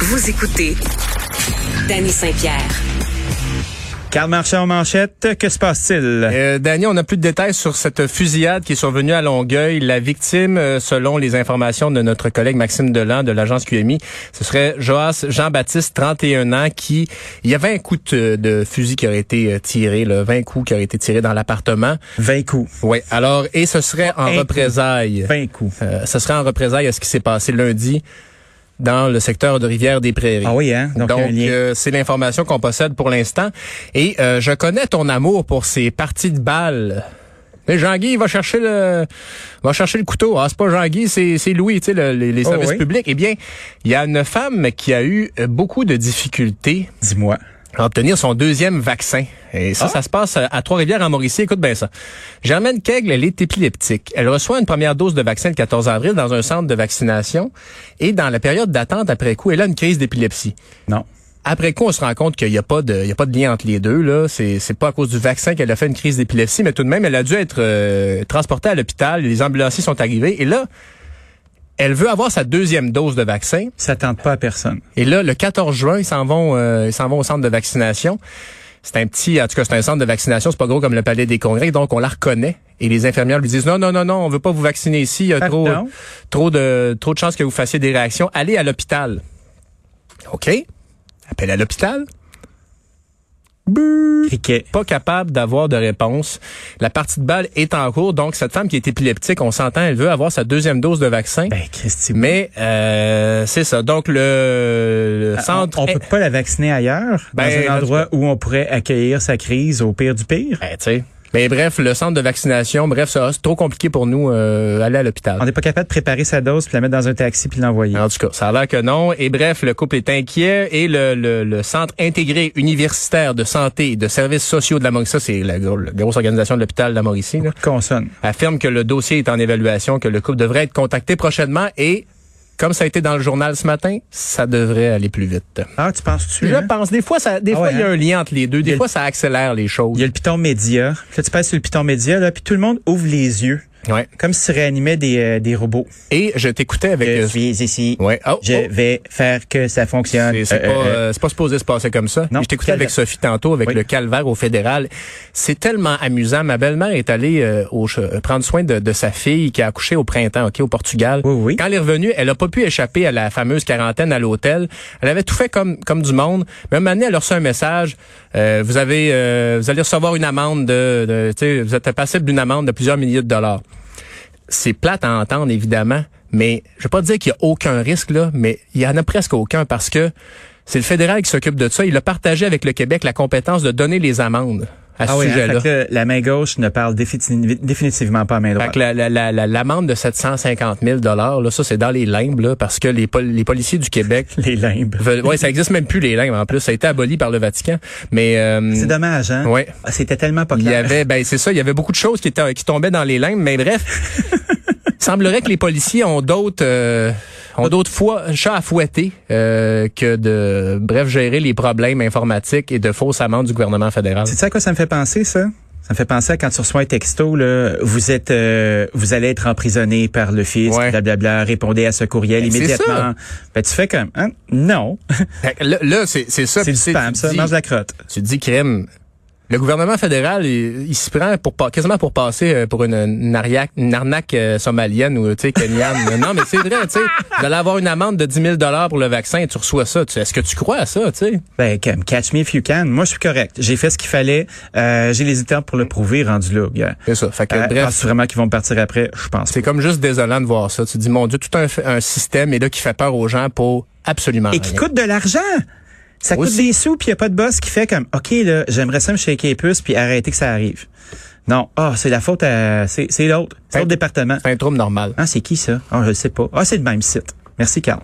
Vous écoutez Danny Saint-Pierre. Carl Marchand en manchette, que se passe-t-il? Euh, Danny, on a plus de détails sur cette fusillade qui est survenue à Longueuil. La victime, euh, selon les informations de notre collègue Maxime Delan de l'agence QMI, ce serait Joas Jean-Baptiste, 31 ans, qui... Il y a 20 coups de, euh, de fusil qui auraient été euh, tirés, là, 20 coups qui auraient été tirés dans l'appartement. 20 coups. Oui, alors, et ce serait en Un coup. représailles. 20 coups. Euh, ce serait en représailles à ce qui s'est passé lundi dans le secteur de Rivière-des-Prairies. Ah oui, hein? Donc, Donc, il y a un lien. euh, c'est l'information qu'on possède pour l'instant. Et euh, je connais ton amour pour ces parties de balles. Mais Jean-Guy, il va chercher le, va chercher le couteau. Ah, c'est pas Jean-Guy, c'est, c'est Louis, tu sais, le- les, les Oh, services oui. publics. Eh bien, il y a une femme qui a eu euh, beaucoup de difficultés Dis-moi. à obtenir son deuxième vaccin. Et ça, ça se passe euh, à Trois-Rivières, en Mauricie. Écoute bien ça. Germaine Kegel, elle est épileptique. Elle reçoit une première dose de vaccin le 14 avril dans un centre de vaccination. Et dans la période d'attente après coup, elle a une crise d'épilepsie. Non. Après coup, on se rend compte qu'il n'y a pas de, il y a pas de lien entre les deux. Là, c'est, c'est pas à cause du vaccin qu'elle a fait une crise d'épilepsie, mais tout de même, elle a dû être euh, transportée à l'hôpital. Les ambulanciers sont arrivés et là, elle veut avoir sa deuxième dose de vaccin. Ça tente pas à personne. Et là, le 14 juin, ils s'en vont, euh, ils s'en vont au centre de vaccination. C'est un petit, en tout cas, c'est un centre de vaccination. C'est pas gros comme le Palais des Congrès, donc on la reconnaît. Et les infirmières lui disent non, non, non, non, on veut pas vous vacciner ici. Il y a trop, Pardon? trop de, trop de chances que vous fassiez des réactions. Allez à l'hôpital. Ok. Appel à l'hôpital. Bouh Criquet. pas capable d'avoir de réponse. La partie de balle est en cours, donc cette femme qui est épileptique, on s'entend, elle veut avoir sa deuxième dose de vaccin. Ben, Christy. Mais euh, c'est ça. Donc le, le Ah, on- centre. On, peut pas la vacciner ailleurs, dans Ben, un endroit où on pourrait accueillir sa crise au pire du pire. Ben, tu sais. Mais bref, le centre de vaccination, bref, ça, c'est trop compliqué pour nous euh, aller à l'hôpital. On n'est pas capable de préparer sa dose, puis la mettre dans un taxi, puis l'envoyer. En tout cas, ça a l'air que non. Et bref, le couple est inquiet et le, le, le Centre intégré universitaire de santé et de services sociaux de la Mauricie, ça c'est la, gro- la grosse organisation de l'hôpital de la Mauricie, là, Consonne. affirme que le dossier est en évaluation, que le couple devrait être contacté prochainement et, comme ça a été dans le journal ce matin, ça devrait aller plus vite. Ah, tu penses-tu? Je hein? pense, des fois, ça, des Ah fois, ouais, il y a hein? un lien entre les deux. Il y Des a fois, ça accélère les Il y choses. a le piton média. Puis Là, tu passes sur le piton média, là, puis tout le monde ouvre les yeux, Ouais. comme si tu réanimais des, euh, des robots. Et je t'écoutais avec. Je euh, suis ici. Ouais. Oh, Je oh. vais faire que ça fonctionne. C'est c'est Euh, pas, euh, euh, c'est pas supposé se passer comme ça. Non, je t'écoutais avec calvaire. Sophie tantôt, avec Oui. le calvaire au fédéral. C'est tellement amusant. Ma belle-mère est allée euh, au che- euh, prendre soin de, de sa fille qui a accouché au printemps, ok, au Portugal. Oui, oui. Quand elle est revenue, elle a pas pu échapper à la fameuse quarantaine à l'hôtel. Elle avait tout fait comme comme du monde. Même année, elle a reçu un message. euh, vous avez, euh, vous allez recevoir une amende de, de tu sais, vous êtes passible d'une amende de plusieurs milliers de dollars c'est plate à entendre, évidemment, mais je veux pas dire qu'il y a aucun risque, là, mais il y en a presque aucun parce que c'est le fédéral qui s'occupe de ça. Il a partagé avec le Québec la compétence de donner les amendes à ce Ah oui, hein, sujet-là. fait que là, la main gauche ne parle définitiv- définitivement pas à main Fait droite. que la- la- la- la- l'amende de 750 000 là, ça, c'est dans les limbes, là, parce que les, pol- les policiers du Québec Les limbes. veulent, ouais, ça existe même plus, les limbes, en plus. Ça a été aboli par le Vatican. Mais, euh, C'est dommage, hein? Ouais. Ah, C'était tellement pas Il y clair. avait, ben c'est ça, il y avait beaucoup de choses qui, étaient- qui tombaient dans les limbes, mais bref. il semblerait que les policiers ont d'autres euh, ont d'autres fois chats à fouetter euh, que de bref gérer les problèmes informatiques et de fausses amendes du gouvernement fédéral. C'est ça à quoi ça me fait penser, ça? Ça me fait penser à quand tu reçois un texto, là, vous êtes, euh, vous allez être emprisonné par le fils, Ouais. blablabla, répondez à ce courriel Ben, c'est immédiatement. ça. Ben, tu fais comme, hein? Non. Fait que Ben, Là, là, c'est c'est ça. c'est puis du tu sais, spam, tu ça. dis- Mange la crotte. Tu te dis crime. Le gouvernement fédéral, il, il se prend pour pas- quasiment pour passer euh, pour une, une arnaque, une arnaque euh, somalienne ou tu sais kenyane. non, mais c'est vrai, tu sais, vous allez avoir une amende de 10 000 dollars pour le vaccin, tu reçois ça. Tu sais, Est-ce que tu crois à ça, tu sais? Ben, comme, catch me if you can. Moi, je suis correct. J'ai fait ce qu'il fallait. Euh, j'ai les items pour le prouver, rendu là. gars. C'est ça. Fait que, Euh, bref. Penses-tu vraiment qu'ils vont me partir après? Je pense C'est comme juste désolant de voir ça. Tu te dis, mon Dieu, tout un, un système est là qui fait peur aux gens pour absolument Et qui rien. coûte de l'argent. Ça coûte Aussi. des sous, puis il n'y a pas de boss qui fait comme, OK, là, j'aimerais ça me shaker les puces, puis arrêter que ça arrive. Non, ah, c'est la faute à... C'est c'est l'autre. C'est l'autre Fait- département. C'est un trouble normal. Ah, c'est qui ça? Ah, je le sais pas. Ah, c'est le même site. Merci, Carl.